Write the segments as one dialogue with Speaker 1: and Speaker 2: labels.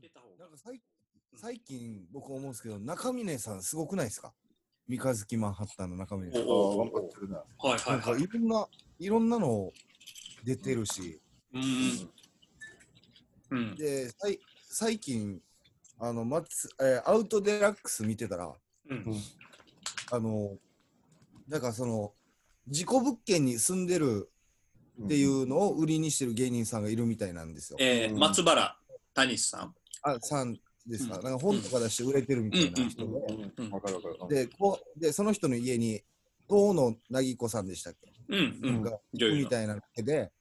Speaker 1: 出た方
Speaker 2: なん
Speaker 1: が
Speaker 2: か最最近僕思うんですけど、中峰さんすごくないですか三日月マンハッタンの中峰さん。
Speaker 1: おお
Speaker 3: 頑張ってるな。
Speaker 1: はい
Speaker 2: なんかいろんな、いろんなの出てるし、
Speaker 1: うんうん
Speaker 2: で、さい最近、あの、松、えーアウトデラックス見てたら、
Speaker 1: うん
Speaker 2: あの、なんかその、事故物件に住んでるってい。うのを売りにしてる芸人さんがいるみたいなんですよ。
Speaker 1: えー松原谷さん
Speaker 2: あ、さんですか、
Speaker 1: うん
Speaker 2: なんか本とか出して売れてるみたいな人で、
Speaker 3: うん。わかるわかる。
Speaker 2: でこうで、その人の家に、遠野なぎこさんでしたっけ
Speaker 1: うんう
Speaker 2: なんんか、
Speaker 1: 女優
Speaker 2: み
Speaker 1: の
Speaker 2: たいなわけで、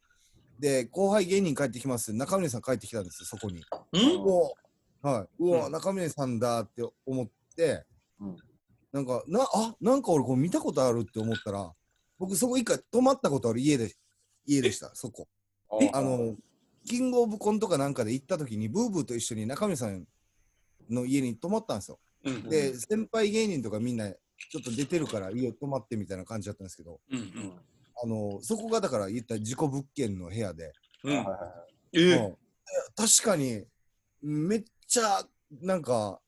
Speaker 2: で、後輩芸人帰ってきます。中峰さん帰ってきたんですよ、そこに。
Speaker 1: うん
Speaker 2: うおはい。うわ、
Speaker 1: うん
Speaker 2: 中峰さんだって思って、
Speaker 3: うん
Speaker 2: なんか、な、あ、なんか俺これ見たことあるって思ったら、僕そこ一回泊まったことある家で、家でした、そこ。あの、キングオブコントかなんかで行った時に、ブーブーと一緒に中峰さんの家に泊まったんですよ。
Speaker 1: うん
Speaker 2: で、先輩芸人とかみんな、ちょっと出てるから家泊まってみたいな感じだったんですけど、
Speaker 1: うん
Speaker 2: あのそこがだから言った事故物件の部屋で、
Speaker 1: うんうん
Speaker 3: は
Speaker 1: え
Speaker 2: うん
Speaker 1: ー
Speaker 2: 確かにめっちゃなんか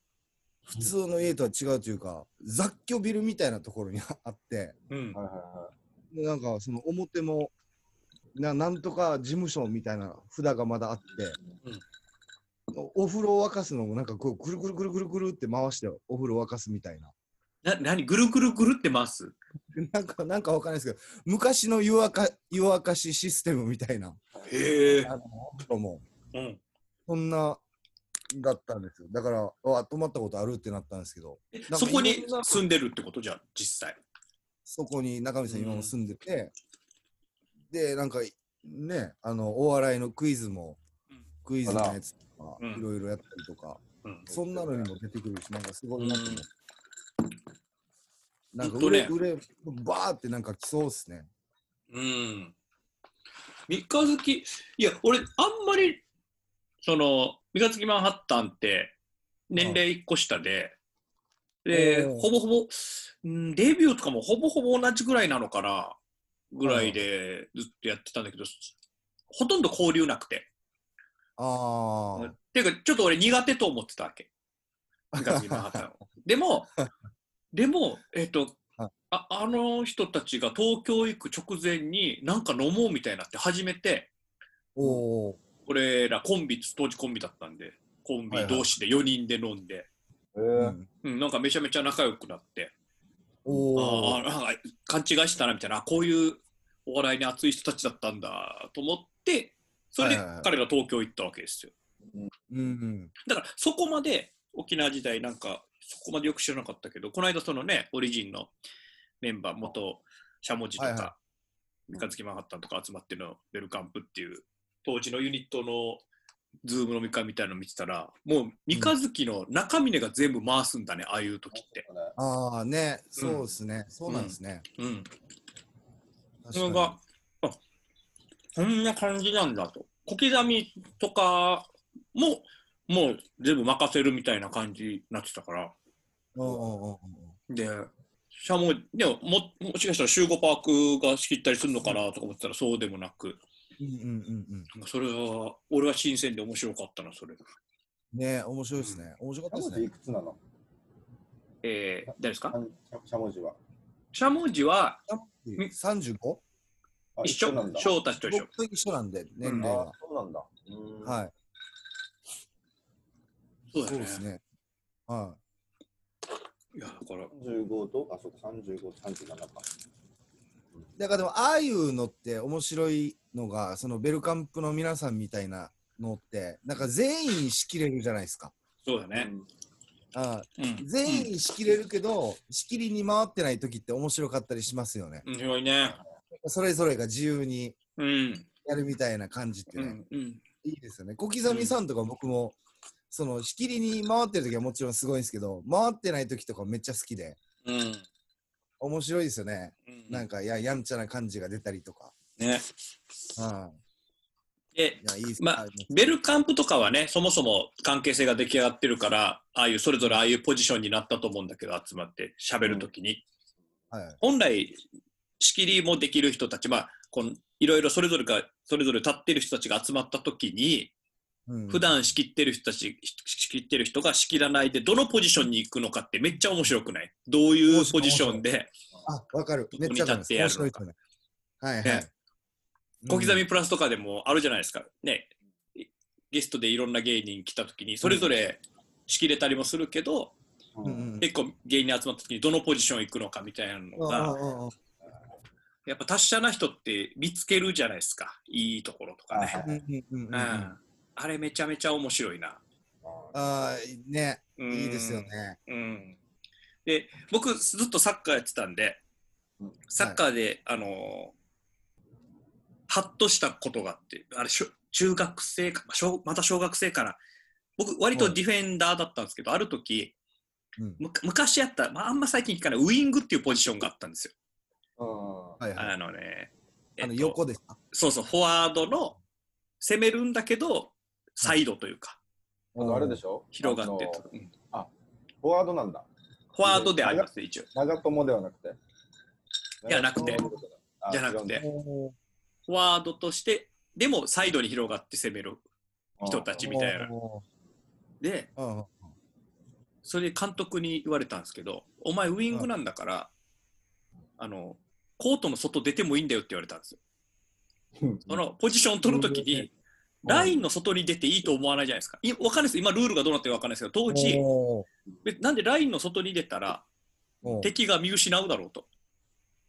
Speaker 2: 普通の家とは違うというか雑居ビルみたいなところに あって
Speaker 1: うん
Speaker 3: いはいは
Speaker 2: でなんかその表もななんとか事務所みたいな札がまだあって、お風呂を沸かすのもなんかこうくるくるくるくるくるって回してお風呂沸かすみたいな。
Speaker 1: な何ぐるぐるぐるって回す
Speaker 2: でなんか、なんかわかんないですけど、昔の湯沸か、湯沸かしシステムみたいな
Speaker 1: へえ
Speaker 2: のも、
Speaker 1: うん
Speaker 2: そんなだったんですよ。だから、うわ、泊まったことあるってなったんですけど、
Speaker 1: え
Speaker 2: んか
Speaker 1: そこに
Speaker 2: いろんな
Speaker 1: 住んでるってことじゃん実際
Speaker 2: そこに中身さん
Speaker 1: うん
Speaker 2: 今も住んでて、で、なんか、ね、あの、お笑いのクイズも
Speaker 1: うん、
Speaker 2: クイズのやつとか、
Speaker 1: うん
Speaker 2: いろいろやったりとか、
Speaker 1: うん
Speaker 2: そんなのにも出てくるし、なんかすごいなと思って。なんか
Speaker 1: ほんと
Speaker 2: 売れ、
Speaker 1: ね
Speaker 2: 売れ、バーってなんか来そうっすね。
Speaker 1: うん三日月いや俺あんまりその三日月マンハッタンって年齢1個下で、で
Speaker 2: おー
Speaker 1: ほぼほぼ、うん、デビューとかもほぼほぼ同じぐらいなのかなぐらいでずっとやってたんだけど、ほとんど交流なくて
Speaker 2: あー。
Speaker 1: っていうかちょっと俺苦手と思ってた わけ三日月マンハッタンをでもでもえっ、と
Speaker 2: はい
Speaker 1: ああの人たちが東京行く直前になんか飲もうみたいになって始めて、
Speaker 2: おー。
Speaker 1: 俺らコンビ当時コンビだったんでコンビ同士で4人で飲んで、
Speaker 3: い。え
Speaker 2: う
Speaker 3: ー
Speaker 2: ん
Speaker 1: うん、なんかめちゃめちゃ仲良くなってあ
Speaker 2: お
Speaker 1: ー
Speaker 2: ー。
Speaker 1: なんか勘違いしたなみたいなこういうお笑いに熱い人たちだったんだと思ってそれで
Speaker 2: はいはいはい
Speaker 1: 彼ら東京行ったわけですよ
Speaker 2: うんうん。
Speaker 1: だからそこまで沖縄時代なんかそこまでよく知らなかったけどこの間そのねオリジンのメンバー元しゃもじとか、
Speaker 2: はいは
Speaker 1: 三日月マンハッタンとか集まってのベルカンプっていう当時のユニットのズーム飲み会みたいなの見てたらもう三日月の中峰が全部回すんだね、ああいう時って。
Speaker 2: ああね、そうですね、そうなんですね。
Speaker 1: うん、
Speaker 2: 確
Speaker 1: そ
Speaker 2: か
Speaker 1: れ
Speaker 2: に
Speaker 1: があこんな感じなんだと小刻みとかももう全部任せるみたいな感じになってたから。
Speaker 2: うんうんうんうん
Speaker 1: で、しゃも、でも、も、もしかしたら集合パークが仕切ったりするのかなとか思ってたら、そうでもなく、
Speaker 2: うんうんうんうん。
Speaker 1: なんかそれは、俺は新鮮で面白かったな、それ。
Speaker 2: ね面白いですね。面白か
Speaker 3: しゃ
Speaker 2: った
Speaker 3: も
Speaker 2: です
Speaker 3: じ
Speaker 2: ね。
Speaker 3: いくつなの
Speaker 1: えー、誰ですか
Speaker 3: しゃもじは。
Speaker 1: しゃもじは、ん
Speaker 2: 三十五？
Speaker 1: 一緒
Speaker 3: なん、だ。
Speaker 1: 翔太と一緒。
Speaker 2: 僕と一緒なんで年齢
Speaker 3: あ
Speaker 2: は。
Speaker 3: そうなんだ。
Speaker 2: はい。
Speaker 1: そう
Speaker 2: そう
Speaker 1: だね
Speaker 2: で。すね。はい
Speaker 1: や、だから、
Speaker 3: い。35と、あ、そうか、35、37
Speaker 2: い。
Speaker 3: か。
Speaker 2: だからでもああいうのって面白いのがそのベルカンプの皆さんみたいなのってなんか全員仕切れるじゃないですか。
Speaker 1: そうだね。
Speaker 2: ああ
Speaker 1: うん。
Speaker 2: 全員仕切れるけど仕切りに回ってない時って面白かったりしますよね。
Speaker 1: うん。面白いね。
Speaker 2: それぞれが自由に
Speaker 1: うん。
Speaker 2: やるみたいな感じって
Speaker 1: う
Speaker 2: ね。
Speaker 1: ん。うん。
Speaker 2: いいですよね。小刻みさんとか僕も、その、仕切りに回ってる時はもちろんすごいんですけど、回ってない時とかめっちゃ好きで、
Speaker 1: うん。
Speaker 2: 面白いですよね。
Speaker 1: うん
Speaker 2: なんか、や、やんちゃな感じが出たりとか。
Speaker 1: ね。
Speaker 2: は
Speaker 1: で
Speaker 2: い。いや、いいです
Speaker 1: まあベルカンプとかはね、そもそも関係性が出来上がってるから、ああいう、それぞれああいうポジションになったと思うんだけど、集まって喋るときに。
Speaker 2: はい。
Speaker 1: 本来仕切りもできる人たち、まあ、このいろいろそれぞれがそれぞれ立っている人たちが集まった時に
Speaker 2: うん
Speaker 1: 普段仕切ってる人たち、し仕切ってる人が仕切らないで、どのポジションに行くのかってめっちゃ面白くないどういうポジションで、
Speaker 2: あ、わかる。
Speaker 1: どこ
Speaker 2: めっ
Speaker 1: に
Speaker 2: ちゃわかりま
Speaker 1: 立ってや
Speaker 2: す。
Speaker 1: るのか
Speaker 2: 面白いですよね。はいはい
Speaker 1: ね。小刻みプラスとかでもあるじゃないですか。ね、いゲストでいろんな芸人来た時に、それぞれ仕切れたりもするけど、
Speaker 2: うんうんうん
Speaker 1: 結構芸人集まった時にどのポジション行くのかみたいなの
Speaker 2: ああ
Speaker 1: が、
Speaker 2: あああ
Speaker 1: やっぱ達者な人って見つけるじゃないですか。いいところとか
Speaker 3: あ
Speaker 1: ね
Speaker 3: は。
Speaker 2: うんうんうんう
Speaker 1: うん
Speaker 2: ん。あ
Speaker 1: あれめちゃめちゃ面白いな。
Speaker 2: あ、ね、
Speaker 1: うん
Speaker 2: いいですよね。
Speaker 1: うんで僕ずっとサッカーやってたんで
Speaker 3: うん
Speaker 1: サッカーで、あのーハッとしたことがあってあれしょ中学生かまあ小また小学生かな僕割とディフェンダーだったんですけど、ある時
Speaker 2: うん
Speaker 1: む昔やった、まあ、あんま最近聞かないウイングっていうポジションがあったんですよ。
Speaker 3: あ
Speaker 2: はいはい。
Speaker 1: あのね、
Speaker 2: あの
Speaker 1: えっと
Speaker 2: 横ですか。
Speaker 1: そうそうフォワードの攻めるんだけどサイドというか、
Speaker 3: とあれで
Speaker 2: ょ。
Speaker 3: しょ
Speaker 1: 広がって
Speaker 3: あ
Speaker 1: と
Speaker 3: の
Speaker 1: うん
Speaker 3: フォワードなんだ。
Speaker 1: フォワードであります一応
Speaker 3: 長友ではなくて。
Speaker 1: いやなくて
Speaker 3: 長友では
Speaker 1: じゃなくて。
Speaker 2: おー
Speaker 1: フォワードとしてでもサイドに広がって攻める人たちみたいな。
Speaker 2: お
Speaker 1: で
Speaker 2: ーうんうん
Speaker 1: それで監督に言われたんですけど「お前ウイングなんだから、あのコートの外出てもいいんだよ」って言われたんですよ。そのポジション取るときに、ラインの外に出ていいと思わないじゃないですか。いわかんないです今ルールがどうなってるかわかんないですけど当時
Speaker 2: おー
Speaker 1: 別なんでラインの外に出たら
Speaker 2: おー
Speaker 1: 敵が見失うだろうと。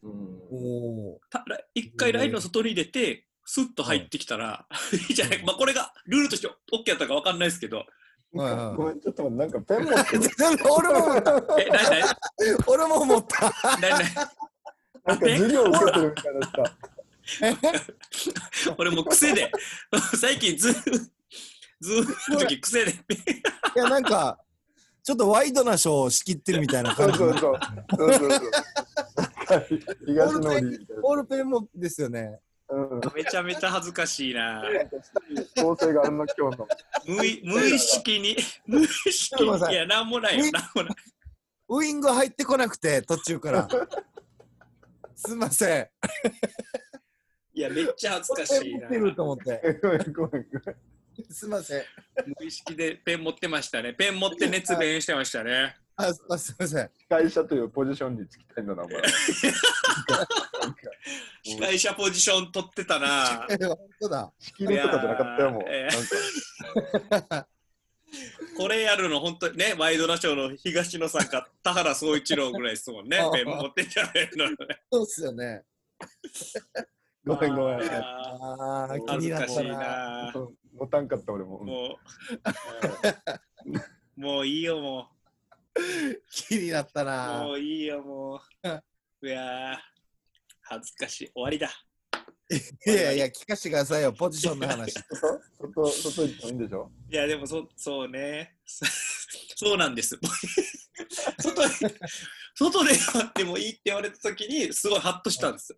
Speaker 3: うん
Speaker 2: おー
Speaker 1: たら一回ラインの外に出てスッと入ってきたら、 いいじゃない、まあ、これがルールとして OK だったかわかんないですけど、
Speaker 2: はいはいはい
Speaker 3: ごめん、ちょっと待って、なんかペン持ってる
Speaker 2: 俺も思った、
Speaker 1: え、なになに
Speaker 2: 俺も思った。
Speaker 1: なになに
Speaker 3: なんか授業受けてるみたいなさ。
Speaker 1: 俺もう癖で 最近ズームズームの時癖で
Speaker 2: いや、なんか、ちょっとワイドなショーを仕切ってるみたいな
Speaker 3: そ
Speaker 2: 感
Speaker 3: う
Speaker 2: じ。
Speaker 3: そうそう。そうそうそう。東のりみたい
Speaker 2: ボールペンもですよね。
Speaker 3: な。うん。
Speaker 1: めちゃめちゃ恥ずかしいな
Speaker 3: 構成があんな今日の。
Speaker 1: 無い無意識に無意識
Speaker 2: ごめんなさ
Speaker 1: に
Speaker 2: い
Speaker 1: いやなんもないよ
Speaker 2: 無意
Speaker 1: なんもない
Speaker 2: ウイング入ってこなくて、途中から。すいません。
Speaker 1: いやめっちゃ恥ずか
Speaker 2: ペ
Speaker 1: しい
Speaker 2: ン持
Speaker 1: な
Speaker 2: ってると思って。
Speaker 3: ごめんごめんごめん。
Speaker 2: すいません。
Speaker 1: 無意識でペン持ってましたねペン持って熱弁してましたね
Speaker 2: あ、すあすいません。
Speaker 3: 司会者というポジションにつきたいんだな、お前。
Speaker 1: 司会者ポジション取ってたな
Speaker 2: え本当だ。
Speaker 3: 仕切りとかじゃなかったよ、もう。
Speaker 1: いやー
Speaker 3: なんか
Speaker 1: これやるの本当にねワイドナショーの東野さんか田原総一郎ぐらいですもんねペン持ってんじゃないの
Speaker 2: そうっすよね。
Speaker 3: ごめんごめん。
Speaker 1: あ
Speaker 2: ああ、
Speaker 1: ー恥
Speaker 2: 気に
Speaker 1: ず
Speaker 2: なっ
Speaker 1: か
Speaker 2: た
Speaker 1: しい
Speaker 2: な。
Speaker 1: な
Speaker 3: うん持たんかった俺も。うん
Speaker 1: もう、もういいよ、も
Speaker 2: 気になった
Speaker 1: う。
Speaker 2: な
Speaker 1: も。ういいよ、もう。い やー、恥ずかしい。終わりだ。
Speaker 2: いやいや、聞かせてくださいよ、ポジション の話。
Speaker 3: 外外外行ってもいいんでしょ
Speaker 1: いや、でもそ、そうね。 そうなんです。 外で、外でやってもいいって言われたときに、すごいハッとしたんです。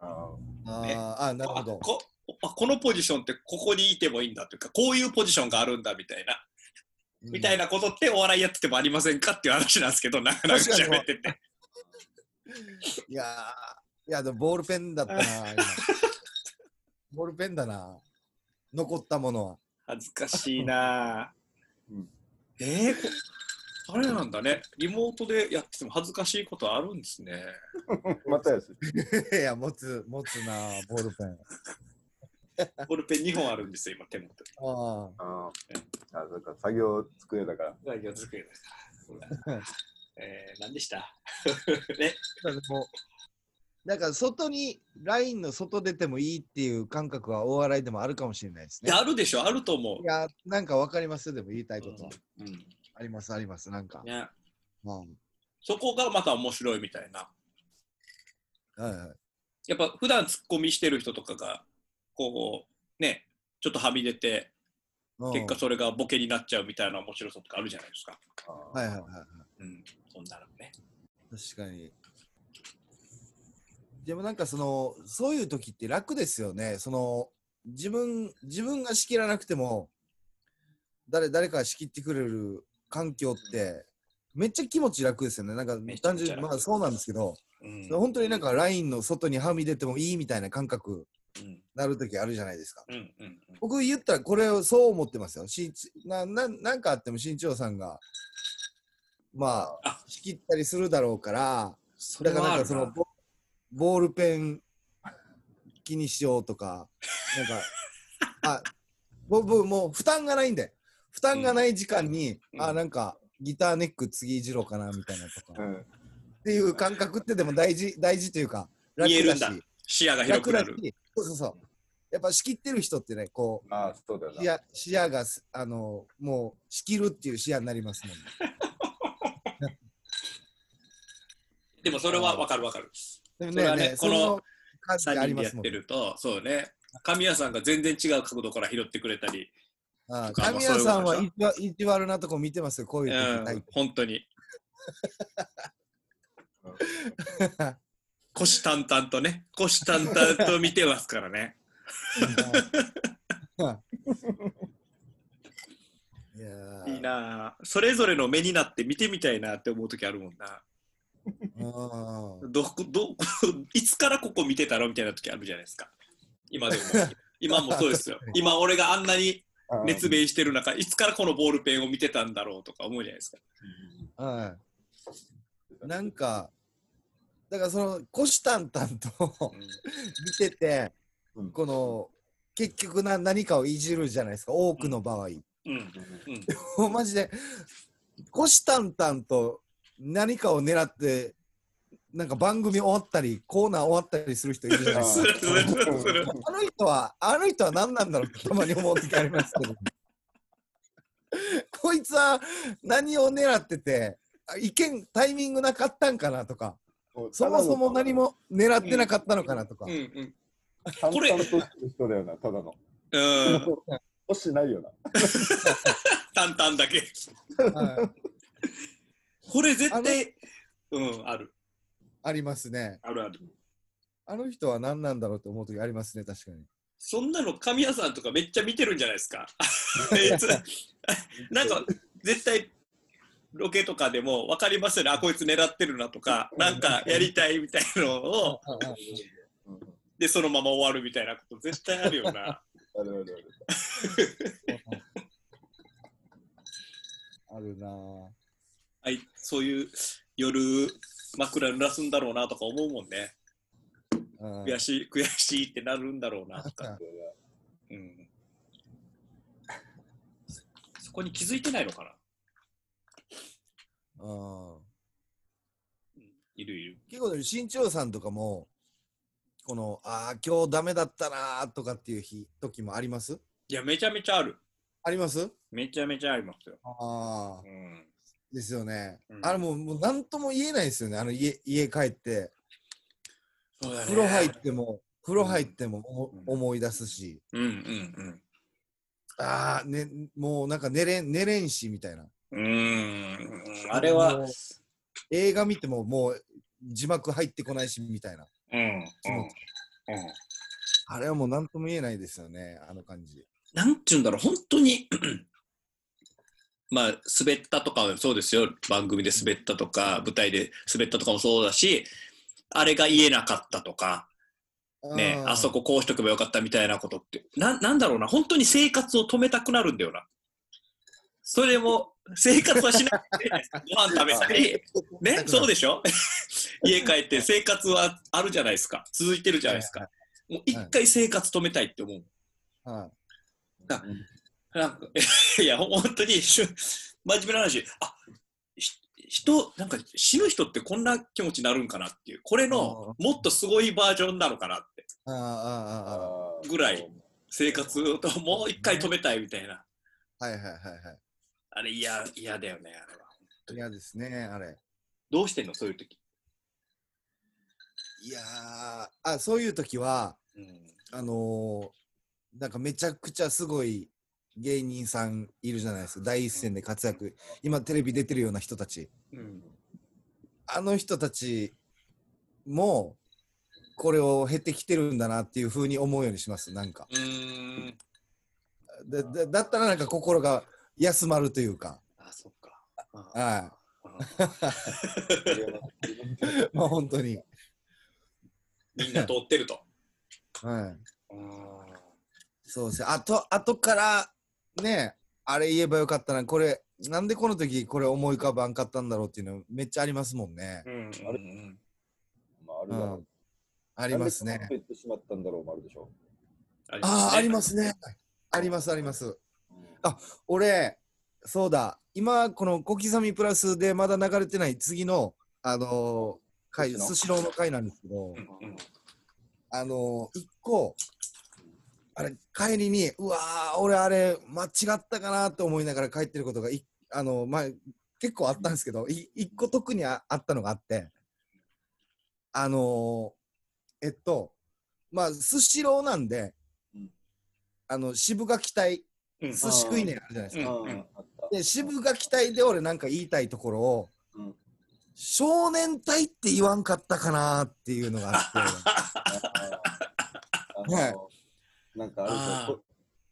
Speaker 3: あ
Speaker 2: あ
Speaker 1: ね
Speaker 2: ーあ、なるほ
Speaker 1: あ
Speaker 2: ど。
Speaker 1: こあこのポジションってここにいてもいいんだというか、こういうポジションがあるんだみたいな、みたい
Speaker 2: な。
Speaker 1: なことってお笑いやっててもありませんかっていう話なんですけど、なかなか
Speaker 2: 確かに
Speaker 1: 喋ってて。
Speaker 2: いやー、いや、でもボールペンだったな、今ボールペンだな。残ったものは。
Speaker 1: 恥ずかしいなぁ、
Speaker 3: うん
Speaker 1: えー、こあれなんだねリモートでやってても恥ずかしいことあるんですね
Speaker 3: ーまたやし。
Speaker 2: いや、持つ、持つな、ボールペン。
Speaker 1: ボールペン2本あるんですよ今手元
Speaker 2: あ
Speaker 3: ああ、そうか、作業机だから。
Speaker 1: 作業机だから えー、何でしたね
Speaker 2: あ。でも、なんか外に、ラインの外出てもいいっていう感覚はお笑いでもあるかもしれないです
Speaker 1: い
Speaker 2: ね
Speaker 1: や。あるでしょあると思う
Speaker 2: いや、なんかわかりますでも言いたいことは。
Speaker 1: うんうん
Speaker 2: あります、あります、なんか。
Speaker 1: ね、
Speaker 2: うん
Speaker 1: そこがまた面白いみたいな
Speaker 2: はいはい。
Speaker 1: やっぱ普段ツッコミしてる人とかがこうねちょっとはみ出て
Speaker 2: うん
Speaker 1: 結果それがボケになっちゃうみたいな面白さとかあるじゃないですか、
Speaker 2: はい
Speaker 3: い。
Speaker 2: はいはいはい。
Speaker 1: うん、そんなのね
Speaker 2: 確かに。でもなんかその、そういう時って楽ですよね。その、自分、自分が仕切らなくても、誰、誰かが仕切ってくれる環境って、めっちゃ気持ち楽ですよね。なんか
Speaker 1: めちゃ
Speaker 2: 単
Speaker 1: めちゃ
Speaker 2: 純に、
Speaker 1: 楽
Speaker 2: まあそうなんですけど、
Speaker 1: うん
Speaker 2: 本当になんかラインの外にはみ出てもいいみたいな感覚
Speaker 1: うん
Speaker 2: なる時あるじゃないですか。
Speaker 1: うんうんうん
Speaker 2: 僕言ったらこれをそう思ってますよ。しんちなななんかあっても新潮さんがまあ
Speaker 1: あ
Speaker 2: 仕切ったりするだろうから
Speaker 1: それ
Speaker 2: だから
Speaker 1: は
Speaker 2: な
Speaker 1: あ
Speaker 2: ん
Speaker 1: る
Speaker 2: か
Speaker 1: な
Speaker 2: そのボボールペン気にしようとかなんかあ僕もう負担がないんで負担がない時間に、
Speaker 1: うん
Speaker 2: あなんかギターネック次いじろうかなみたいなとか、
Speaker 3: う
Speaker 2: っ
Speaker 3: ん。
Speaker 2: ていう感覚ってでも大事大事というか楽
Speaker 1: 見える
Speaker 2: だ
Speaker 1: ん
Speaker 2: し
Speaker 1: だ視野が広
Speaker 2: 楽
Speaker 1: く
Speaker 2: だ
Speaker 1: な
Speaker 2: し
Speaker 1: る。
Speaker 2: そうそうそうやっぱ仕切ってる人ってねこう
Speaker 3: ああ、そうだよ
Speaker 2: 視
Speaker 3: な。
Speaker 2: 野視野がすあのもう仕切るっていう視野になりますもんね。
Speaker 1: でもそれはわかるわかる。
Speaker 2: でも
Speaker 1: それはねこの
Speaker 2: そ感じ
Speaker 1: 3
Speaker 2: あり
Speaker 1: 人で
Speaker 2: ま
Speaker 1: やっ
Speaker 2: すもん
Speaker 1: て。ると、そうね。神谷さんが全然違う角度から拾ってくれたり、
Speaker 2: ああ
Speaker 1: とか
Speaker 2: 神
Speaker 1: も
Speaker 2: 谷さんは
Speaker 1: そうい
Speaker 2: 意
Speaker 1: う
Speaker 2: 地わ意地悪なとこ見てますよ、こう
Speaker 1: う
Speaker 2: いう時
Speaker 1: ん、本当 に。虎視眈々とね、虎視眈々と見てますから ね。
Speaker 2: いやー
Speaker 1: い いなぁそれぞれの目になって見てみたいなって思う時あるもんな。
Speaker 2: うん
Speaker 1: どこ、どこ、 いつからここ見てたのみたいな時あるじゃないですか。今でも。今もそう ですよ。今俺があんなに熱弁してる中、いつからこのボールペンを見てたんだろうとか思うじゃないですか。
Speaker 2: はいなんか、だからその、虎視眈々と見てて
Speaker 3: うん、
Speaker 2: この、結局な何かをいじるじゃないですか、多くの場合。
Speaker 1: うん。うん。うん。
Speaker 2: もうマジで、虎視眈々と何かを狙って、なんか番組終わったり、コーナー終わったりする人いるじゃない です
Speaker 1: す
Speaker 2: か。
Speaker 1: るするするする。
Speaker 2: あの人は、あの人は何なんだろうってたまに思う時あります けど。こいつは何を狙ってて、あ意見、タイミングなかったんかなとか、そもそも何も狙ってなかったのかなとか
Speaker 1: うん。うん。
Speaker 3: これ。淡々としてる人だよな、ただの。
Speaker 1: うん。
Speaker 3: 欲しないよな。
Speaker 1: 淡々だけ。
Speaker 2: はい
Speaker 1: これ絶対、うん、ある。
Speaker 2: ありますね。
Speaker 1: あるある。
Speaker 2: あの人は何なんだろうって思う時ありますね、確かに。
Speaker 1: そんなの神谷さんとかめっちゃ見てるんじゃないですか。 あいつなんか絶対ロケとかでも分かりますよね、あこいつ狙ってるなとか、なんかやりたいみたいのを、
Speaker 3: うん
Speaker 1: でそのまま終わるみたいなこと絶対あるよな。
Speaker 3: あるあるある。
Speaker 2: あるなぁ。
Speaker 1: はい、そういう夜枕濡らすんだろうなとか思うもんね。
Speaker 2: うん
Speaker 1: 悔しい、悔しいってなるんだろうなとか。うん、そこに気づいてないのかな。
Speaker 2: うん
Speaker 1: うんいるいる。
Speaker 2: 結構でも新潮さんとかもこのああ今日ダメだったなーとかっていう日時もあります
Speaker 1: いや、めちゃめちゃある。
Speaker 2: あります
Speaker 1: めちゃめちゃありますよ。
Speaker 2: ああ
Speaker 1: うん
Speaker 2: ですよね、
Speaker 1: うん
Speaker 2: あれもうもう何とも言えないですよねあの家家帰って
Speaker 1: そうだね
Speaker 2: 風呂入っても風呂入ってもお
Speaker 1: うん
Speaker 2: 思い出すし、
Speaker 1: うんうん
Speaker 2: ああ、ね、もうなんか寝れん寝れんしみたいな
Speaker 1: うん。うーん。あれは、
Speaker 2: もう映画見てももう字幕入ってこないしみたいな
Speaker 1: うん、うん、うん。
Speaker 2: あれはもう何とも言えないですよねあの感じ
Speaker 1: なんちゅうんだろう、本当に、まあ、滑ったとかもそうですよ。番組で滑ったとか、舞台で滑ったとかもそうだし、あれが言えなかったとか、ね、
Speaker 2: ー
Speaker 1: あそここうしとけばよかったみたいなことって、ななんだろうな、本当に生活を止めたくなるんだよな。それも、生活はしなくて、 ご飯食べたり、ね、そうでしょ 家帰って生活はあるじゃないですか。続いてるじゃないですか。もう一回生活止めたいって思う。
Speaker 2: はい
Speaker 1: なんか いや、本当に、しゅ真面目な話、あひ人、なんか死ぬ人ってこんな気持ちになるんかなっていう、これのもっとすごいバージョンなのかなって、
Speaker 2: ああああああ
Speaker 1: ぐらい。生活をもう一回止めたいみたいな。
Speaker 2: はいはいはいは
Speaker 1: あれ嫌、嫌だよね、あれは。
Speaker 2: い。嫌ですね、あれ。
Speaker 1: どうしてんの、そういう時。
Speaker 2: いやー、あ、そういう時は、
Speaker 1: うん。
Speaker 2: あのー、なんかめちゃくちゃすごい芸人さんいるじゃないですか。第一線で活躍。今テレビ出てるような人たち。
Speaker 1: うん。
Speaker 2: あの人たちも、これを経てきてるんだなっていうふうに思うようにします、なんか。
Speaker 1: うーん。
Speaker 2: だだだったらなんか心が休まるというか。
Speaker 1: あ、そっか。あ
Speaker 2: は
Speaker 1: あ
Speaker 2: い。まあ本当に。
Speaker 1: みんな通ってると。
Speaker 2: はい。そうですね。あと、あとから、ね、あれ言えばよかったな、これ、なんでこの時これ思い浮かばんかったんだろうっていうのめっちゃありますもんね。
Speaker 1: うん
Speaker 3: あれまあ、ある
Speaker 2: う
Speaker 3: だろ
Speaker 2: ん
Speaker 3: う。。
Speaker 2: ありますね
Speaker 3: なんで。こんなこと言ってしまったんだろうもあるでしょ。
Speaker 2: ああ、ありますすね。あります、あります。あ俺、そうだ、今、この小刻みプラスでまだ流れてない次の、あのー、回、
Speaker 3: 寿司の
Speaker 2: スシローの回なんですけど
Speaker 1: う、んうん
Speaker 2: あのー、一個、あれ、帰りに、うわー、俺、あれ、間違ったかなと思いながら帰ってることが、いあのー、まあ、結構あったんですけど、い一個特にああったのがあって、あのー、えっと、まあ、スシローなんで
Speaker 3: うん、
Speaker 2: あの、渋が期待、
Speaker 1: うん
Speaker 2: 寿司食いねんあるじゃないですか。
Speaker 1: うん
Speaker 3: うん
Speaker 1: うん
Speaker 3: あった
Speaker 2: で渋が期待で俺なんか言いたいところを、
Speaker 3: うん
Speaker 2: 少年隊って言わんかったかなっていうのがあっ
Speaker 3: あの
Speaker 2: はい
Speaker 3: なんかあ
Speaker 1: あー
Speaker 3: るでしょこ。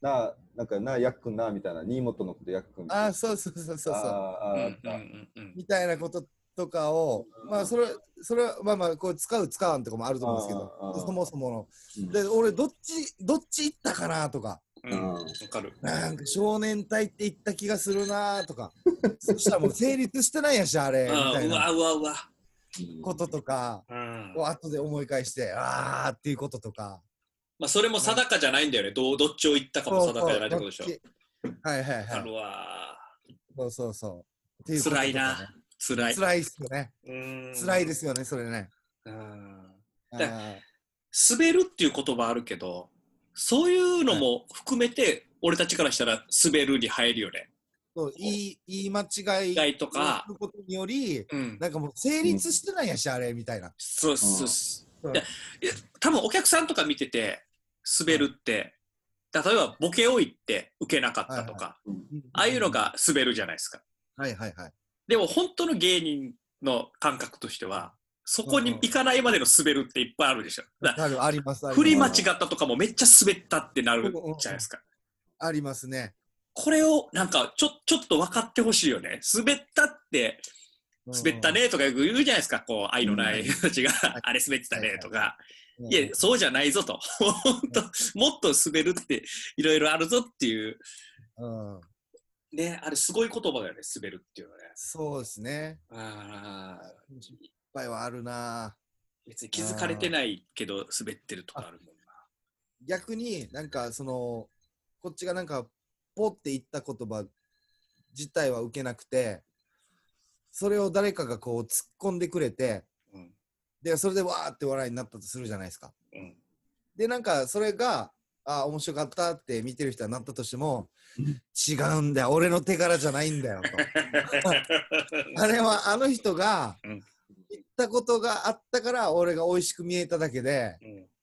Speaker 3: なあ、なんかなあ、やっくんなあみたいな、新本のことやっくんみ
Speaker 2: て
Speaker 3: たいな。
Speaker 2: ああそうそうそうそうそう
Speaker 3: あ
Speaker 1: うん
Speaker 3: ー
Speaker 1: う
Speaker 3: あ
Speaker 1: ん
Speaker 3: ー、あっ
Speaker 1: うん
Speaker 2: みたいなこととかを
Speaker 3: うん
Speaker 2: まあそれそれはまあまあこう使う使わんとかもあると思うんですけ
Speaker 3: あーあ
Speaker 2: ど
Speaker 3: ー
Speaker 2: そもそもの
Speaker 3: うん
Speaker 2: で俺どっちどっち行ったかなとか
Speaker 1: う
Speaker 3: た。うんん
Speaker 1: わかる。
Speaker 2: なんか少年隊って言った気がするなとか そしたらもう成立してないやしあれみ
Speaker 1: あ
Speaker 2: た
Speaker 1: ー
Speaker 2: いうな
Speaker 1: わうわうわ。
Speaker 2: こととか
Speaker 1: うん
Speaker 2: を後で思い返してああっていうこととか。
Speaker 1: まあそれも定かじゃないんだよね。どうどっちを言ったかも定かじゃないってことでしょ
Speaker 2: そ。うそうはいはい
Speaker 1: あ
Speaker 2: はい。
Speaker 1: るわ
Speaker 2: そうそうそう。って
Speaker 1: ー。
Speaker 2: いうことと
Speaker 1: 辛
Speaker 2: かね
Speaker 1: いな。。辛い。。
Speaker 2: 辛いっすよね。辛いですすよね、それね。
Speaker 1: うん
Speaker 2: あ
Speaker 1: だ
Speaker 2: ー
Speaker 1: 滑るっていう言葉あるけど、そういうのも含めて、俺たちからしたら滑るに入るよね。
Speaker 2: そう言い言い間違い
Speaker 1: 違いとか
Speaker 2: することにより、
Speaker 1: うん。
Speaker 2: なんかもう成立してないやし、あれみたいな。
Speaker 1: そうっすそうっす。
Speaker 2: うん
Speaker 1: いやいや多分お客さんとか見てて、滑るって、例えばボケを言って受けなかったとか、ああいうの。が滑るじゃないですか。
Speaker 2: はいはいはい。
Speaker 1: でも本当の芸人の感覚としては、そこに行かないまでの滑るっていっぱいあるでしょ。だか
Speaker 2: あるあります。あ
Speaker 1: ら
Speaker 2: り
Speaker 1: 振り間
Speaker 2: ま
Speaker 1: 違
Speaker 2: す
Speaker 1: ったとかもめっちゃ滑ったってなるじゃないですか。
Speaker 2: ありますね。
Speaker 1: これをなんかちょちょっと分かってほしいよね。滑ったって、
Speaker 2: うん
Speaker 1: 滑った。ねとかよく言うじゃないですか、こう愛のない人たちが、あれ滑ってたねとか、
Speaker 2: う
Speaker 1: い
Speaker 2: ん
Speaker 1: や、そうじゃないぞと、本当もっと滑るっていろいろあるぞっていう、
Speaker 2: うん
Speaker 1: ね、あれすごい言葉だよね、滑るっていうのはね。
Speaker 2: そうですね。
Speaker 1: あー
Speaker 2: 失敗はあるな。
Speaker 1: 別に気づかれてないけど滑ってるとかあるもんな。
Speaker 2: 逆になんかそのこっちがなんかポって言った言葉自体は受けなくてそれを誰かがこう突っ込んでくれて
Speaker 1: うん
Speaker 2: でそれでわーって笑いになったとするじゃないですか
Speaker 1: うん
Speaker 2: でなんかそれがあー面白かったって見てる人はなったとしても違うんだよ俺の手柄じゃないんだよとあれはあの人が
Speaker 1: う
Speaker 2: 言
Speaker 1: ん
Speaker 2: ったことがあったから俺が美味しく見えただけで
Speaker 1: うん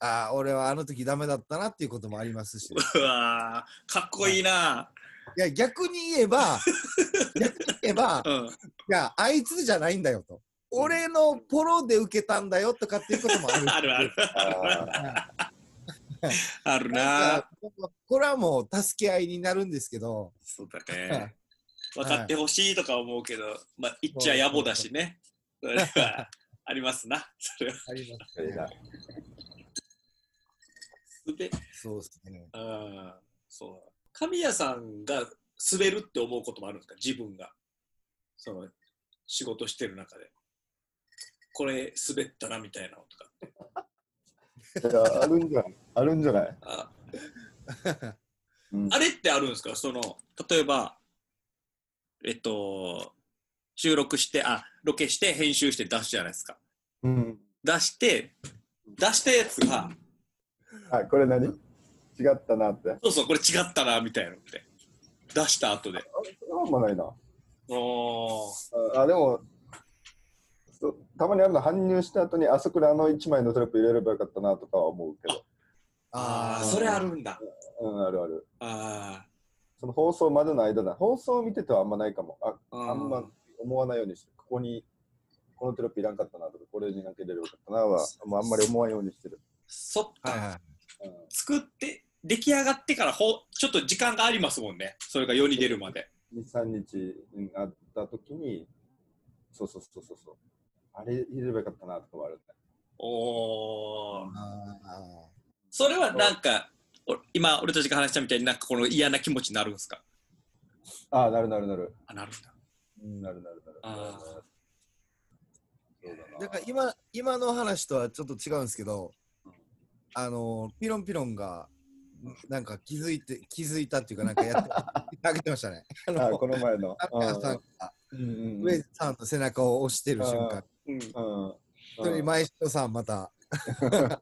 Speaker 2: ああ俺はあの時ダメだったなっていうこともありますし
Speaker 1: うわーかっこいいな。
Speaker 2: いや、逆に言え ば、逆に言えば、
Speaker 1: うん
Speaker 2: いや、あいつじゃないんだよと。俺のポロで受けたんだよとかっていうこともある。
Speaker 1: あ るある
Speaker 3: あ
Speaker 1: ある
Speaker 2: なん
Speaker 1: な
Speaker 2: か。これはもう助け合いになるんですけど、
Speaker 1: そうだね。分かってほしいとか思うけど、まあ、言っちゃ野暮だしね。それはありますな。それは
Speaker 2: ありま
Speaker 3: ー
Speaker 2: すね。
Speaker 1: 滑
Speaker 2: そうですね。
Speaker 1: あーそう神谷さんが滑るって思うこともあるんですか自分が。その仕事してる中で。これ滑ったなみたいなのとか。
Speaker 3: いやあるんじゃないあるんじゃない
Speaker 1: あ
Speaker 3: うん
Speaker 1: あれってあるんですかその、例えば、えっと、収録して、あ、ロケして、編集して出すじゃないですか。
Speaker 3: うん
Speaker 1: 出して、出したやつが、
Speaker 3: はい、これ何違ったなって。
Speaker 1: そうそう、これ違ったな、みたいなのって。出した後で。
Speaker 3: それはあんまないな。
Speaker 1: おー。
Speaker 3: ああ、でも、そうたまにあるの、搬入した後に、あそこであの1枚のトラップ入れればよかったなとかは思うけど。
Speaker 1: あー、
Speaker 3: ー
Speaker 1: それあるんだ。
Speaker 3: うん、あるある。
Speaker 1: あ
Speaker 3: その放送までの間だ。放送を見ててはあんまないかも。あ
Speaker 1: ー。
Speaker 3: あんま思わないようにして、ここに、このテロップいらんかったなとか、これになんか入れればよかったなは、もうあんまり思わんようにしてる。
Speaker 1: そっか、
Speaker 2: はいはい。
Speaker 3: うん
Speaker 1: 作って、出来上がってからほう、ちょっと時間がありますもんね。それが世に出るまで。
Speaker 3: 2、3日うんあった時に、そうそうそうそうそう。あれ入れればよかったなとかはあるね。
Speaker 1: おー。
Speaker 2: あ
Speaker 1: それはなんか、お今、俺たちが話したみたいになんかこの嫌な気持ちになるんですか
Speaker 3: ああ、なるなるなる。
Speaker 1: あ、なるんだ。
Speaker 3: うんなるなるなる。
Speaker 1: あー
Speaker 3: そうだな。
Speaker 2: だから今今の話とはちょっと違うんですけど、あのピロンピロンがなんか気づいて気づいたっていうかなんか やってあげてましたね。あ
Speaker 3: あ
Speaker 2: の
Speaker 3: この前の。
Speaker 2: サッカーさんが
Speaker 3: うんうん
Speaker 2: ウェイズさんと背中を押してる瞬
Speaker 3: あ
Speaker 2: 間、
Speaker 1: うん。
Speaker 3: うんうん
Speaker 2: 一人前人さんま た
Speaker 3: あれは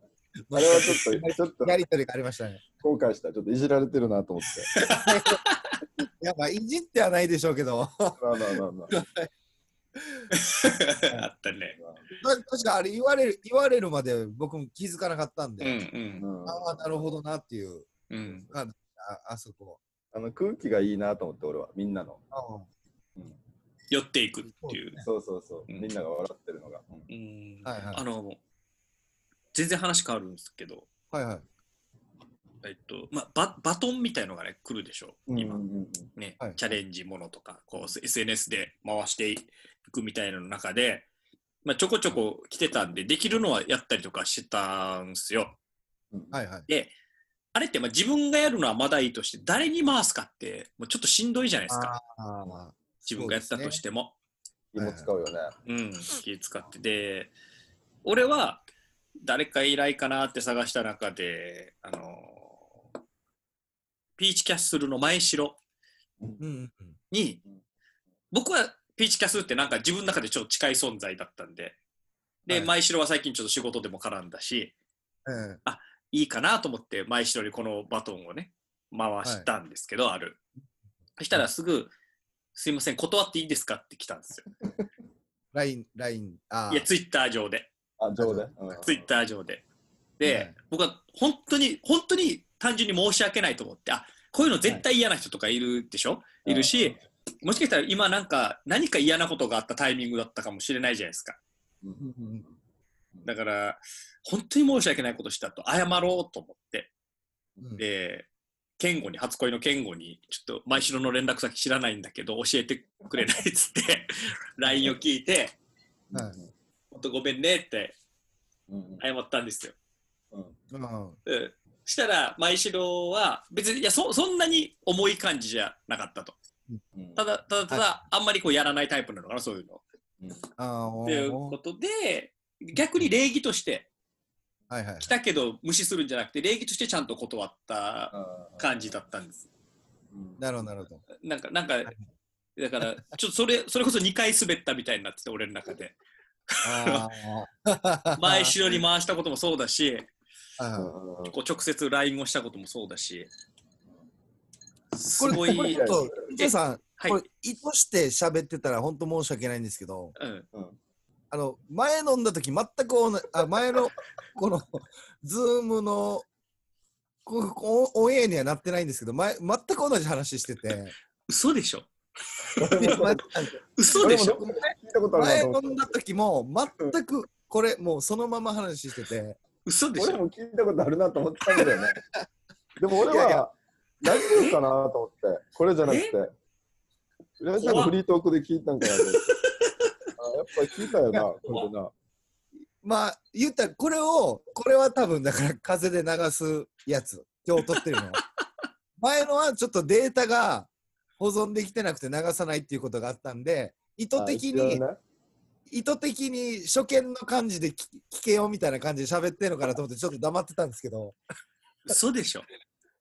Speaker 3: ちょっと、ちょっと
Speaker 2: やりとりがありましたね。
Speaker 3: 後悔した。ちょっといじられてるなと思って。
Speaker 2: やっぱいじってはないでしょうけど、 まあ
Speaker 3: まあまあまあまあ。
Speaker 1: あったね。
Speaker 2: 確かあれ言われる言われるまで僕も気づかなかったん
Speaker 1: う
Speaker 2: で、
Speaker 1: ん
Speaker 3: うん
Speaker 2: ああなるほどなっていう
Speaker 1: うん。うん。
Speaker 2: ああそこ。
Speaker 3: あの空気がいいなと思って、俺は。みんなの。
Speaker 1: 寄っていくっていう。
Speaker 3: そうそうそう。
Speaker 1: うん
Speaker 3: みんなが笑ってるのが。うん
Speaker 1: うん。
Speaker 2: はいはい
Speaker 1: あの、全然話変わるんですけど、
Speaker 2: はいはい。
Speaker 1: えっと、まあ、ババトンみたいのがね、来るでしょ、今。
Speaker 3: うんうんうん
Speaker 1: ね、
Speaker 2: はい
Speaker 1: チャレンジものとか、こう、SNS で回していくみたいなの中で、まあ、ちょこちょこ来てたんで、できるのはやったりとかしてたんすよ。
Speaker 3: うん
Speaker 2: はいはい。
Speaker 1: で、あれって、まあ、自分がやるのはまだいいとして、誰に回すかって、もうちょっとしんどいじゃないですか。
Speaker 2: あー
Speaker 1: 自分がやったとしても。
Speaker 3: 芋使うよね。
Speaker 1: うん、気使ってで俺は誰か依頼かなって探した中であのピーチキャッスルの前城
Speaker 2: うんうんうん。
Speaker 1: に僕はピーチキャッスルってなんか自分の中でちょっと近い存在だったんでで、
Speaker 2: はい
Speaker 1: 前城は最近ちょっと仕事でも絡んだし
Speaker 2: え
Speaker 1: いいかなと思って前城にこのバトンをね回したんですけど、あるそしたらすぐ「すいません断っていいですか?」って来たんですよ
Speaker 2: ライン、ライン、あー
Speaker 1: いやツイッター上で
Speaker 3: あ、上手。
Speaker 1: ツイッター上で。で、
Speaker 2: はい
Speaker 1: 僕は本当に、本当に単純に申し訳ないと思って、あこういうの絶対嫌な人とかいるでしょ、い、るし、もしかしたら今なんか、何か嫌なことがあったタイミングだったかもしれないじゃないですか。
Speaker 3: うん。
Speaker 2: うんうん
Speaker 1: だから、本当に申し訳ないことしたと謝ろうと思って、
Speaker 2: うん
Speaker 1: で、健吾に、初恋の健吾に、ちょっと、前城の連絡先知らないんだけど、教えてくれないっつって、LINE を聞いて、
Speaker 2: はい
Speaker 1: 本当ごめんねって
Speaker 3: うん
Speaker 1: 謝ったんですよ。
Speaker 3: うん
Speaker 2: うん
Speaker 1: うんしたら、前城は、別に、いやそ、そんなに重い感じじゃなかったと。
Speaker 3: うん
Speaker 1: ただ、ただ、ただ、あんまりこうやらないタイプなのかな、そういうの。
Speaker 2: あ
Speaker 1: と
Speaker 2: ー
Speaker 1: いうことで、逆に礼儀として、
Speaker 2: はいはい
Speaker 1: 来。たけど無視するんじゃなくて、礼儀としてちゃんと断った感じだったんです。
Speaker 3: うん
Speaker 2: なるほど、なるほど。
Speaker 1: なんか、なんか、だから、ちょっとそれ、それこそ2回滑ったみたいになってて、俺の中 で。
Speaker 2: あー
Speaker 1: 前城に回したこともそうだし、
Speaker 2: はいはい
Speaker 3: うん
Speaker 1: こう直接 LINE をしたこともそうだし、す
Speaker 2: これ、
Speaker 1: ご
Speaker 2: これ
Speaker 1: い
Speaker 2: ちょ、っと、ジェイさん、
Speaker 1: はい
Speaker 2: これ、意図して喋ってたら、本当申し訳ないんですけど、
Speaker 1: うん、
Speaker 2: あの、前飲んだ時全く同じ、あ、前の、 この、ズームの、ここオンエアにはなってないんですけど、前、全く同じ話してて、
Speaker 1: 嘘でしょ
Speaker 3: 俺も
Speaker 2: 前
Speaker 1: 嘘でしょ
Speaker 3: 俺もどっかで聞いたことあるな
Speaker 2: 前
Speaker 3: と思っ
Speaker 2: 飲
Speaker 3: て
Speaker 2: んだ時も、全く、これ、もうそのまま話してて、
Speaker 1: 嘘でし
Speaker 3: 俺
Speaker 1: ょ
Speaker 3: も聞いたことあるなと思ったんだよね。でも俺
Speaker 2: いやいや
Speaker 3: はラジオかなと思って、これじゃなくて。ラジオのフリートークで聞いたんかなと思って。あやっぱり聞いたよな、これでな。
Speaker 2: まあ、言ったら、これを、これは多分、だから、風で流すやつ、今日撮ってる の。前のは、ちょっとデータが保存できてなくて流さないっていうことがあったんで、意図的
Speaker 3: あ一
Speaker 2: に、
Speaker 3: 応ね
Speaker 2: 意図的に初見の感じで聞聞けよみたいな感じで喋ってるのかなと思って、ちょっと黙ってたんですけど、
Speaker 1: 嘘でしょ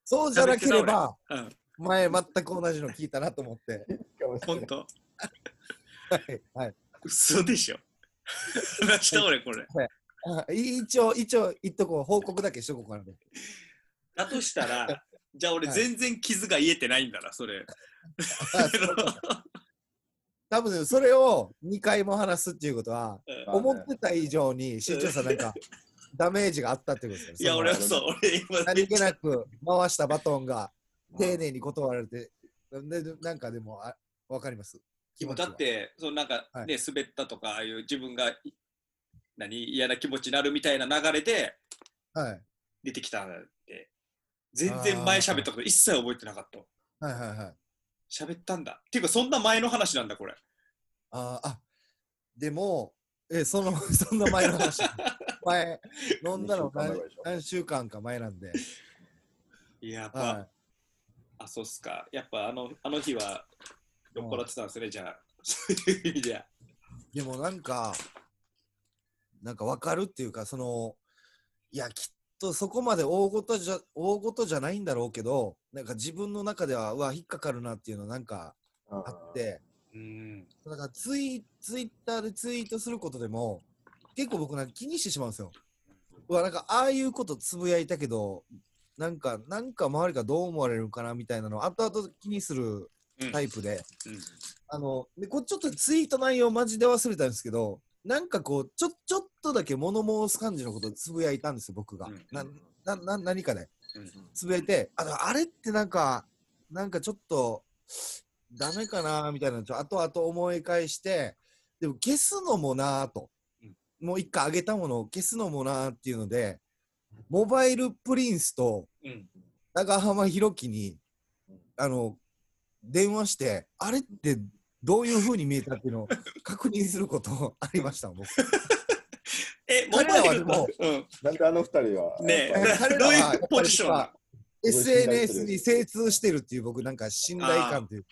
Speaker 2: そうじゃなければ、
Speaker 1: うん、
Speaker 2: 前、全く同じの聞いたなと思って。
Speaker 3: かもしれ
Speaker 1: 本
Speaker 3: ない
Speaker 1: 当
Speaker 2: はい。はい
Speaker 1: 嘘で しょ話した俺これ。
Speaker 2: あい一応、一応、言っとこう、報告だけしとこうかなと。
Speaker 1: だとしたら、じゃあ俺
Speaker 2: はい
Speaker 1: 全然傷が癒えてないんだな、それ。
Speaker 2: 多分、それを2回も話すっていうことは、思ってた以上に、新庄さん、なんか、ダメージがあったってことで す
Speaker 1: い
Speaker 2: ね。
Speaker 1: や、
Speaker 2: その
Speaker 1: 俺はそう、俺今
Speaker 2: 何気なく回したバトンが、丁寧に断られて、でなんかでも、あわかります。気持ち
Speaker 1: だ
Speaker 2: は
Speaker 1: って、そのなんか
Speaker 2: は
Speaker 1: ね、滑ったとか、ああいう自分が何嫌な気持ちになるみたいな流れで
Speaker 2: はい。
Speaker 1: 出てきたんで、全然前喋ったこと一切覚えてなかった。
Speaker 2: はいはいはい。
Speaker 1: 喋ったんだ。っていうか、そんな前の話なんだ、これ。
Speaker 2: あーあ、でも、え、その、そんな前の話。前、飲んだの
Speaker 3: 二週
Speaker 2: 何
Speaker 3: 間前ぐらいでしょ
Speaker 2: 何週間か前なんで。
Speaker 1: やっぱ、
Speaker 2: は
Speaker 1: あ、そうっすか。やっぱあのあの日は酔っ払ってたんですね、じゃあ。そういう意味では。
Speaker 2: い。でもなんか、なんかわかるっていうか、その、いや、きっとそこまで大事じゃ、大事じゃないんだろうけど、なんか自分の中では、うわ、引っかかるなっていうのなんか
Speaker 3: うん
Speaker 2: あって、
Speaker 1: うん。
Speaker 2: だからツイツイッターでツイートすることでも結構僕なんか気にしてしまうんですよ。うわなんかああいうことつぶやいたけどなんかなんか周りがどう思われるかなみたいなのを後々気にする
Speaker 1: うん
Speaker 2: タイプで、
Speaker 1: うん
Speaker 2: あのでこれちょっとツイート内容マジで忘れたんですけどなんかこうちょちょっとだけ物申す感じのことをつぶやいたんですよ僕が、
Speaker 1: うん
Speaker 2: ななな何かで、
Speaker 1: うん
Speaker 2: つぶやいてあのあれってなんかなんかちょっとダメかなみたいなのちょ後々思い返してでも消すのもなぁと、
Speaker 1: うん
Speaker 2: もう一回上げたものを消すのもなぁっていうのでモバイルプリンスと
Speaker 1: うん。
Speaker 2: 長浜弘樹にあの電話してあれってどういう風に見えたっていうのを確認することありました僕
Speaker 1: え、モ
Speaker 2: 彼
Speaker 1: バ
Speaker 2: らは
Speaker 1: イ
Speaker 2: で
Speaker 1: ル
Speaker 2: も
Speaker 1: と、うん、
Speaker 3: なんであの二人は。
Speaker 1: ねえ
Speaker 3: やっ
Speaker 2: 彼 ら
Speaker 1: どう
Speaker 2: は
Speaker 1: いうポジションな
Speaker 2: SNS に精通してるっていう僕なんか信頼感というか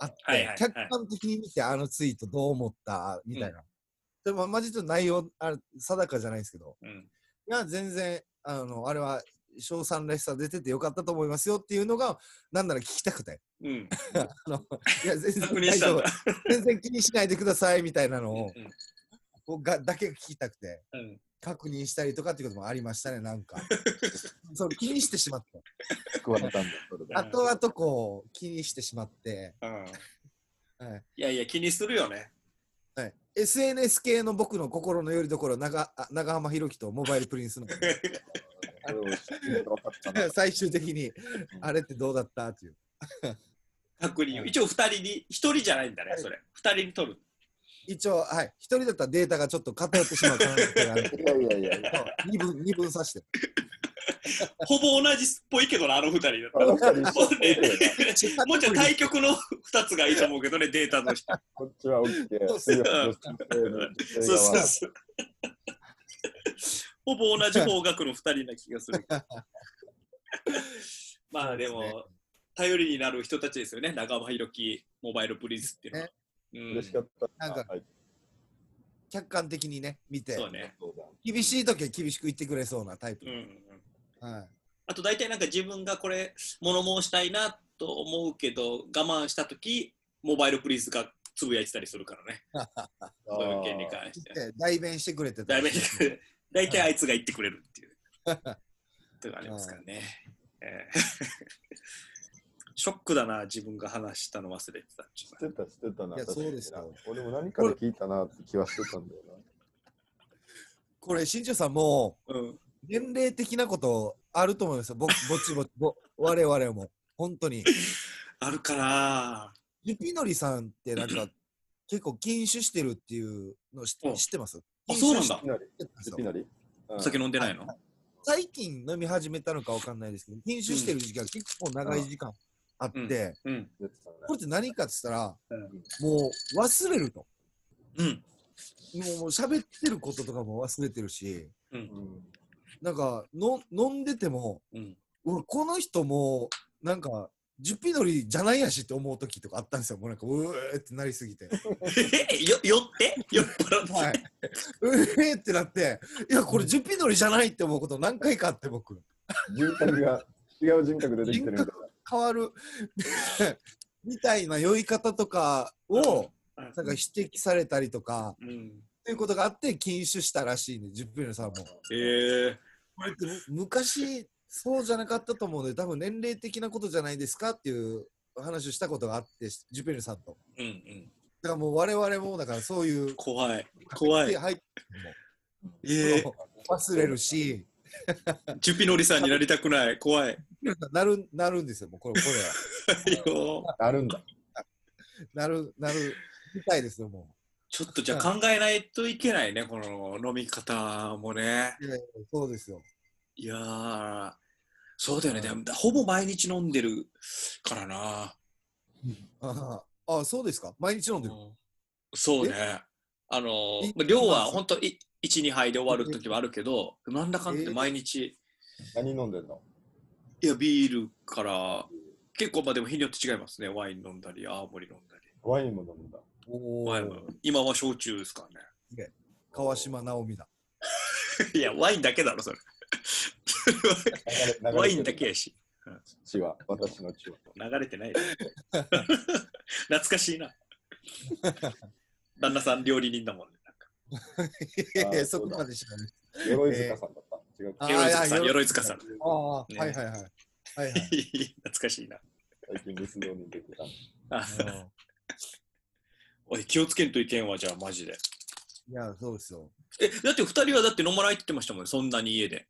Speaker 2: あって
Speaker 1: はいはいはい
Speaker 2: 客観的に見てあのツイートどう思ったみたいな、でもマジと内容あれ定かじゃないですけど
Speaker 1: うん、
Speaker 2: いや全然あのあれは翔さんらしさ出ててよかったと思いますよっていうのがなんなら聞きたくて
Speaker 1: うん、
Speaker 2: あのいや全然
Speaker 1: 確認したんだ。
Speaker 2: 全然気にしないでくださいみたいなのを
Speaker 1: うん
Speaker 2: 僕がだけ聞きたくて
Speaker 1: うん
Speaker 2: 確認したりとかっていうこともありましたねなん かそう気にしてしまって
Speaker 3: ぱ救われたんだ、そ れで。
Speaker 1: あ
Speaker 2: 後々こう気にしてしまって、
Speaker 1: うん
Speaker 2: はい
Speaker 1: いやいや、気にするよね。
Speaker 2: はい、SNS 系の僕の心の拠り所長あ長浜弘樹とモバイルプリンスの
Speaker 3: それを知って分かったな。
Speaker 2: 最終的にあれってどうだったっていう
Speaker 1: 確認を。一応、二人に、一人じゃないんだね、それ。二人に取る。
Speaker 2: 一応はい一人だったらデータがちょっと偏ってしまう可能性がある
Speaker 3: いやいやいやいや。
Speaker 2: 二分二分さして
Speaker 1: ほぼ同じっぽいけどな、あの二人だった
Speaker 3: あ
Speaker 1: ら。
Speaker 3: の二人一緒に見てるな
Speaker 1: もうちょい対局の二つがいいと思うけどね、データとして。
Speaker 3: こっちは OK。
Speaker 2: そう
Speaker 3: 水曜
Speaker 1: そう
Speaker 3: 女性の女性
Speaker 1: そうそう
Speaker 3: 側
Speaker 1: そう。 ほぼ同じ方角の二人な気がする。まあで
Speaker 2: そうです
Speaker 1: も、頼りになる人たちですよね、長尾弘樹、モバイルプリンスっていうのは。うん
Speaker 3: 嬉しかった。
Speaker 2: なんか
Speaker 3: はい
Speaker 2: 客観的にね見て
Speaker 1: そうね。
Speaker 3: そうだ
Speaker 2: 厳しい時は厳しく言ってくれそうなタイプ
Speaker 1: うん、うん
Speaker 2: はい、
Speaker 1: あと大体なんか自分がこれ物申したいなと思うけど我慢した時モバイルプリンスがつぶやいてたりするからねそういう件に関しては
Speaker 2: で代弁してくれてた
Speaker 1: 大体大体あいつが言ってくれるっていうとかありますからね、え ーショックだな自分が話したの忘れてたちょっ
Speaker 3: 知ってた、知ってたな。
Speaker 2: いや
Speaker 3: 確かに
Speaker 2: そうですよ
Speaker 3: 俺も何かで聞いたなって気はしてたんだよ
Speaker 2: これ新庄さんもう
Speaker 1: とうん
Speaker 2: 年齢的なことあると思いますよ。ぼぼちぼちぼ、我々も。本当に。
Speaker 1: あるかな
Speaker 2: ゆきのりさんってなんか、結構禁酒してるっていうの知
Speaker 1: うん
Speaker 2: 知ってます
Speaker 1: あそうなんだ
Speaker 3: な。いきなり。
Speaker 2: 禁酒してたんで
Speaker 3: いき
Speaker 2: すよ
Speaker 3: なり。うん
Speaker 1: お酒飲んでないの、
Speaker 2: 最近飲み始めたのかわかんないですけど、禁酒してる時間結構長い時間あって、
Speaker 1: うんうん
Speaker 3: 出てたね
Speaker 2: これって何かって言ったら、
Speaker 1: うん
Speaker 2: もう忘れると。
Speaker 1: うん
Speaker 2: もうもう喋ってることとかも忘れてるし、
Speaker 1: うん
Speaker 3: うん
Speaker 2: なんかの飲んでても、
Speaker 1: うん
Speaker 2: うわこの人もうなんかジュピノリじゃないやしって思う時とかあったんですよもうなんかうえーってなりす ぎて
Speaker 1: えよ酔って酔っ払って、
Speaker 2: はいうえーってなっていやこれジュピノリじゃないって思うこと何回かあって僕
Speaker 3: 人格が、違う人格出てきてるみたいな。
Speaker 2: 変わる みたいな酔い方とかを
Speaker 1: うん
Speaker 2: なんか指摘されたりとか
Speaker 1: うん
Speaker 2: っていうことがあって禁酒したらしいんでジュピノリさんも
Speaker 1: えー、
Speaker 2: これって昔そうじゃなかったと思うので多分年齢的なことじゃないですかっていう話をしたことがあってジュペルさんと
Speaker 1: うんうん
Speaker 2: だからもう我々もだからそういう
Speaker 1: 怖い怖い
Speaker 2: 入って
Speaker 1: ええ
Speaker 2: 忘れるし
Speaker 1: ジュピノリさんになりたくない。怖い。
Speaker 2: なるなるんですよもうこれこれは
Speaker 1: よ
Speaker 3: あるんだ。
Speaker 2: なるなるみたいですよも
Speaker 1: ちょっとじゃあ考えないといけないね、この飲み方もね。
Speaker 2: ういやいやそうですよ
Speaker 1: いやー、そうだよね。でもほぼ毎日飲んでるからな。
Speaker 2: あああそうですか毎日飲んでる
Speaker 1: そうね。あのーまあ、量は本当1、2杯で終わる時はあるけど、なんだかんだで毎日、
Speaker 3: 何飲んでんの
Speaker 1: いや、ビールから、結構、まあでも日によって違いますね。ワイン飲んだり、青森飲んだり。
Speaker 3: ワインも飲むんだ。
Speaker 2: お
Speaker 1: ワイン
Speaker 2: ー
Speaker 1: も今は焼酎ですからね。
Speaker 2: 川島直美だ。
Speaker 1: いや、ワインだけだろ、それ。
Speaker 3: 流れ
Speaker 1: ワインだけ。やし。
Speaker 3: 血は、私の血は。
Speaker 1: 流れてない。 懐かしい な。旦那さん料理人だもんね。
Speaker 2: いやいや
Speaker 3: あー
Speaker 2: そこまで知らない。
Speaker 3: 鎧塚さんだった。違う。
Speaker 2: あ
Speaker 1: 鎧塚
Speaker 2: ー
Speaker 1: さん、
Speaker 2: いや
Speaker 1: 鎧塚さん。
Speaker 2: ああ、
Speaker 1: ね
Speaker 2: はいはいはい。はい はい。
Speaker 1: 懐かしいな。
Speaker 3: 最近、別のに出てた。
Speaker 1: あおい、気をつけんといけんわ、じゃあ、マジで。
Speaker 2: いや、そうですよ。
Speaker 1: え、だって二人はだって飲まないって言ってましたもんね、そんなに家で。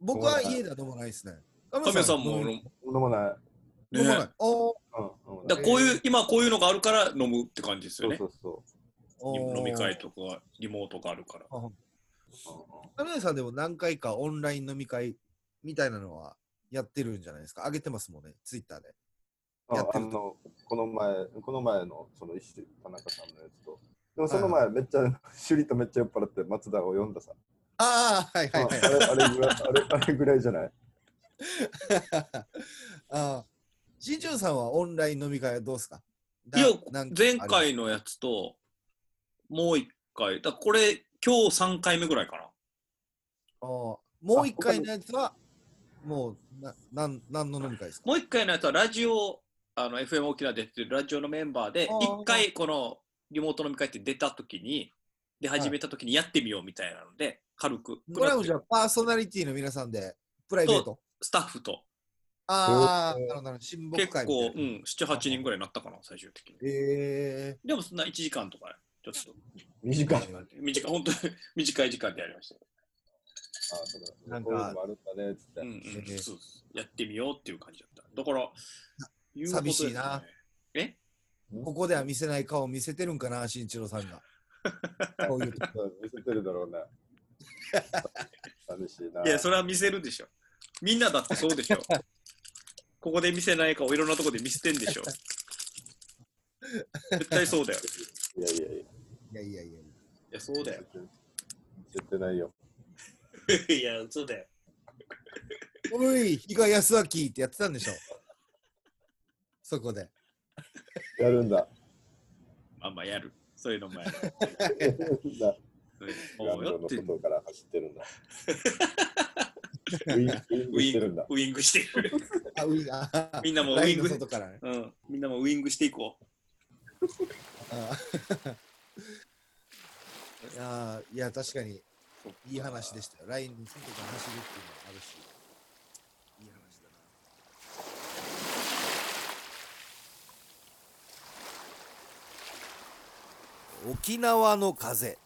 Speaker 2: 僕は家だともないですね。カ
Speaker 1: カメさんも飲む
Speaker 2: ね。
Speaker 3: 飲まない。
Speaker 2: 飲まない。あー
Speaker 3: うん、飲ま
Speaker 1: だ
Speaker 3: な
Speaker 1: から
Speaker 3: い。
Speaker 1: こういう、今こういうのがあるから飲むって感じです
Speaker 3: そ
Speaker 1: よ
Speaker 3: う
Speaker 1: ね
Speaker 3: そ。うそ
Speaker 1: 飲み会。
Speaker 2: あー
Speaker 1: とか、リモートがあるから。
Speaker 3: う。
Speaker 2: カメさんでも何回かオンライン飲み会みたいなのはやってるんじゃないですか。上げてますもんね、ツイッターで。や
Speaker 3: あ
Speaker 2: って
Speaker 3: あ
Speaker 2: る
Speaker 3: のこの前、この前のその一種、田中さんのやつと。でもその前、めっちゃ、 首里とめっちゃ酔っ払って松田を呼んださ。
Speaker 2: ああ、はいはいはい。
Speaker 3: あれあれぐらいあれあれぐらいじゃない
Speaker 2: ああ。新庄さんはオンライン飲み会はどうですか
Speaker 1: いや
Speaker 2: ななんか
Speaker 1: 前回のやつと、もう一回。だからこれ、今日三回目ぐらいかな。
Speaker 2: あーもう一回のやつは、もうななん何の飲み会ですか
Speaker 1: もう一回のやつは、ラジオ、あの、FM 沖縄でやってるラジオのメンバーで、
Speaker 2: あー
Speaker 1: 一回このリモート飲み会って出た時に、で、始めた時にやってみようみたいなので、軽く。
Speaker 2: これはもうじゃあパーソナリティの皆さんで、プライベート。
Speaker 1: スタッフと。
Speaker 2: ああ、なるほどなるほど。親睦
Speaker 1: 結
Speaker 2: 会
Speaker 1: 構、う
Speaker 2: み
Speaker 1: ん、7、8人ぐらいになったかな、最終的に。
Speaker 2: たいな。え
Speaker 1: でもそんな1時間とか、ちょっと
Speaker 3: 短い。あ
Speaker 1: 短い、本当に 短い時間でやりましたよ。
Speaker 3: そうだ
Speaker 2: なんか
Speaker 3: こういうのもあるんだねっつって。
Speaker 1: うんうん
Speaker 2: ええ
Speaker 1: そうですやってみようっていう感じだった。だから、言うこと
Speaker 2: 寂しい
Speaker 1: ですよ
Speaker 2: な
Speaker 1: ね。
Speaker 2: ー、ここでは見せない顔を見せてるんかな、新一郎さんが。こういうとこ
Speaker 3: うん見せてるだろうね。寂しいな。
Speaker 1: いや、それは見せるでしょ。みんなだってそうでし ょ。ここで見せない顔、いろんなとこで見せてんでしょ。絶対そうだよ。
Speaker 3: いやいやいや、
Speaker 2: いやいやいや。
Speaker 1: いや、そうだよ。
Speaker 3: 見せてないよ。
Speaker 1: いや、そうだよ。
Speaker 2: おい、比嘉康明ってやってたんでしょ。そこで。
Speaker 3: やる んだ。
Speaker 1: まあまあ、やる。そういうの もやる。
Speaker 3: やるんだ。ラ
Speaker 1: お
Speaker 3: ン
Speaker 1: う
Speaker 3: ド
Speaker 1: よ
Speaker 3: の
Speaker 1: っていう
Speaker 3: 外から走ってるんだ。ウィンウィン
Speaker 1: ウ
Speaker 3: グし
Speaker 1: イ
Speaker 3: て
Speaker 1: ン
Speaker 3: るんだ
Speaker 1: グ。ウイングしていく。
Speaker 2: あ、うい、あー
Speaker 1: みんなもウ
Speaker 2: ラ
Speaker 1: イ
Speaker 2: イ
Speaker 1: ン
Speaker 2: ンの
Speaker 1: グ、
Speaker 2: 外からね。
Speaker 1: うん、みんなもウイングしていこう。
Speaker 2: あーいやーいや、確かに、いい話でしたよ。ラインの外から走るっていうのもあるし。いい話だな。沖縄の風